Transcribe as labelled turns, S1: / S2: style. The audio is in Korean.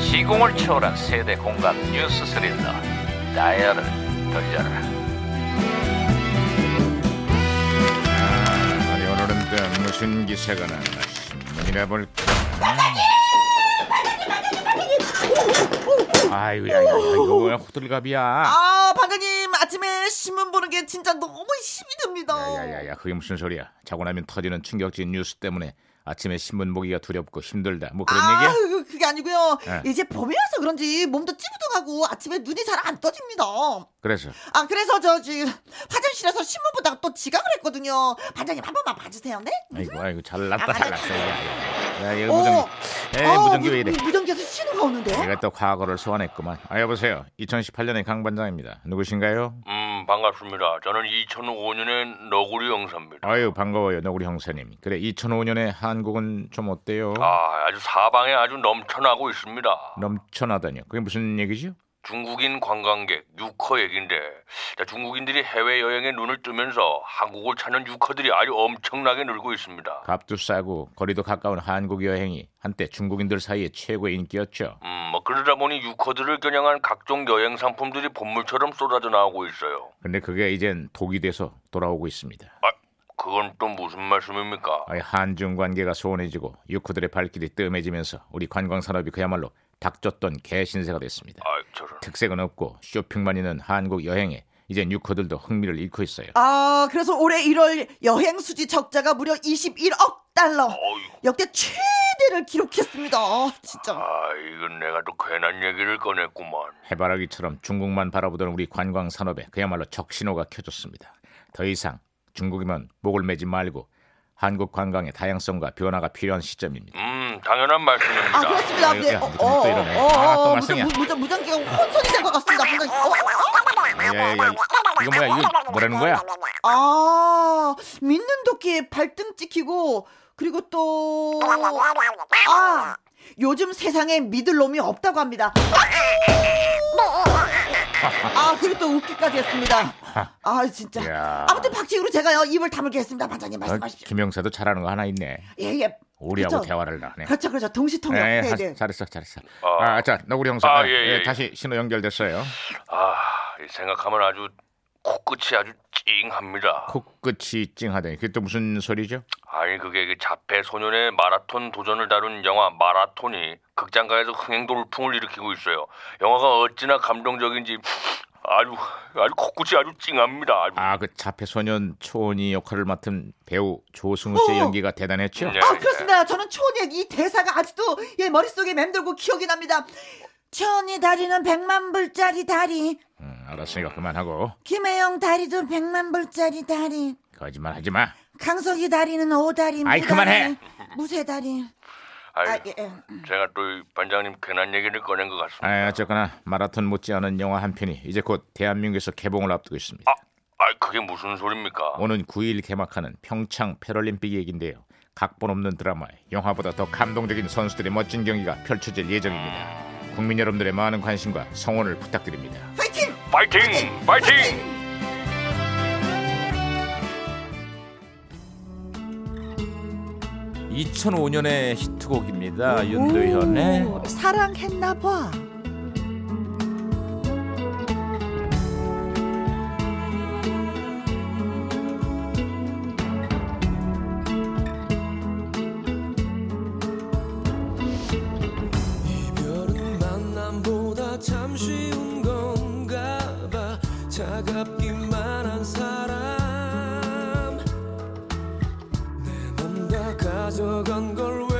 S1: 시공을 초월한 세대 공감 뉴스 스릴러 다이얼을 돌려라
S2: 아, 어디 오늘은 또 무슨 기사가 났나 신문이나 볼까 아이고 야, 야, 야 이거 왜 호들갑이야
S3: 아 반장님 아침에 신문 보는 게 진짜 너무 힘이 듭니다.
S2: 야야야야 그게 무슨 소리야 자고 나면 터지는 충격적인 뉴스 때문에 아침에 신문 보기가 두렵고 힘들다 뭐 그런
S3: 아,
S2: 얘기야?
S3: 그- 그게 아니고요.
S2: 예.
S3: 이제 봄이라서 그런지 몸도 찌부둥하고 아침에 눈이 잘 안 떠집니다.
S2: 그래서
S3: 아 그래서 저 지금 화장실에서 신문 보다가 또 지각을 했거든요. 반장님 한 번만 봐주세요, 네?
S2: 아이고 아이고 잘났다 잘났어 야야 이거
S3: 어.
S2: 무전기 에이
S3: 아,
S2: 무전기 왜 이래 예.
S3: 무- 무전기에서 신호가 오는데.
S2: 내가 또 과거를 소환했구만 아 여보세요 2018년의 강반장입니다 누구신가요?
S4: 음 반갑습니다. 저는 2005년에 너구리 형사입니다.
S2: 아유 반가워요 너구리 형사님 그래 2005년에 한국은 좀 어때요?
S4: 아 아주 사방에 아주 넘쳐나고 있습니다.
S2: 넘쳐나다니요 그게 무슨 얘기죠?
S4: 중국인 관광객 유커 얘긴데 자, 중국인들이 해외 여행에 눈을 뜨면서 한국을 찾는 유커들이 아주 엄청나게 늘고 있습니다.
S2: 값도 싸고 거리도 가까운 한국 여행이 한때 중국인들 사이에 최고의 인기였죠
S4: 음, 뭐 그러다 보니 유커들을 겨냥한 각종 여행 상품들이 본물처럼 쏟아져 나오고 있어요.
S2: 근데 그게 이젠 독이 돼서 돌아오고 있습니다
S4: 아, 그건 또 무슨 말씀입니까?
S2: 아이, 한중 관계가 소원해지고 유쿠들의 발길이 뜸해지면서 우리 관광 산업이 그야말로 닥쳤던 개신세가 됐습니다.
S4: 아, 저런.
S2: 특색은 없고 쇼핑만 있는 한국 여행에 이제 유쿠들도 흥미를 잃고 있어요.
S3: 아 그래서 올해 1월 여행 수지 적자가 무려 21억 달러.
S4: 어이구.
S3: 역대 최대를 기록했습니다. 아, 진짜.
S4: 아, 이건 내가 또 괜한 얘기를 꺼냈구만.
S2: 해바라기처럼 중국만 바라보던 우리 관광 산업에 그야말로 적신호가 켜졌습니다. 더 이상 중국이면 목을 매지 말고 한국 관광의 다양성과 변화가 필요한 시점입니다.
S4: 음, 당연한 말씀입니다.
S3: 아 그렇습니다.
S2: 야,
S3: 네.
S2: 야,
S3: 어,
S2: 그러니까 무전기
S3: 어,
S2: 또
S3: 어,
S2: 이러네.
S3: 어,
S2: 아, 또
S3: 어,
S2: 말썽이야. 아,
S3: 무전, 무전, 무전기가 혼선이 된 것 같습니다. 무전기. 어, 예.
S2: 야야야 이거 뭐야 이거 뭐라는 거야?
S3: 아 믿는 도끼에 발등 찍히고 그리고 또 아. 요즘 세상에 믿을 놈이 없다고 합니다. 아, 그리고 또 웃기까지 했습니다. 아, 진짜.
S2: 야. 아,
S3: 아무튼 박치기로 제가요 입을 다물게 했습니다. 반장님 말씀하십시오.
S2: 김영사도 잘하는 거 하나 있네.
S3: 예, 예.
S2: 우리하고
S3: 그렇죠.
S2: 대화를 나네.
S3: 그렇죠, 그렇죠. 동시통역.
S2: 예,
S3: 네,
S2: 하-
S3: 네.
S2: 잘했어, 잘했어.
S4: 아.
S2: 아, 자, 너구리 형사.
S4: 아,
S2: 아,
S4: 예,
S2: 예,
S4: 예.
S2: 다시 신호 연결됐어요.
S4: 아, 이 생각하면 아주 코끝이 아주 찡합니다.
S2: 코끝이 찡하다니. 그게 또 무슨 소리죠?
S4: 아니 그게 그 자폐 소년의 마라톤 도전을 다룬 영화 마라톤이 극장가에서 흥행도 울풍을 일으키고 있어요. 영화가 어찌나 감동적인지 아주 아주 코끝이 아주 찡합니다. 아주.
S2: 아, 그 자폐 소년 초원이 역할을 맡은 배우 조승우 씨의
S3: 어.
S2: 연기가 대단했죠.
S4: 네.
S3: 아 그렇습니다. 저는 초원의 이 대사가 아직도 예 머릿속에 맴돌고 기억이 납니다. 초원이 다리는 백만 불짜리 다리,
S2: 음, 알았으니까 그만하고
S3: 김혜영 다리도 백만 불짜리 다리,
S2: 거짓말하지 마.
S3: 강석이 다리는 오다리,
S2: 아이,
S3: 무다리,
S2: 그만해.
S3: 무쇠 다리.
S4: 아이,
S3: 아, 예, 예.
S4: 제가 또 이 반장님 괜한 얘기를 꺼낸 것 같습니다.
S2: 아, 어쨌거나 마라톤 못지않은 영화 한 편이 이제 곧 대한민국에서 개봉을 앞두고 있습니다.
S4: 아, 어. 아 그게 무슨 소리입니까?
S2: 오는 9일 개막하는 평창 패럴림픽 얘긴데요. 각본 없는 드라마에 영화보다 더 감동적인 선수들의 멋진 경기가 펼쳐질 예정입니다. 국민 여러분들의 많은 관심과 성원을 부탁드립니다.
S3: 파이팅!
S4: 파이팅! 파이팅!
S2: 네.
S3: 윤도현의 사랑했나 봐.
S5: 이별은 만남보다 참 쉬운 건가 봐 차갑기만 한 사람 내 맘 다 가져간 걸 왜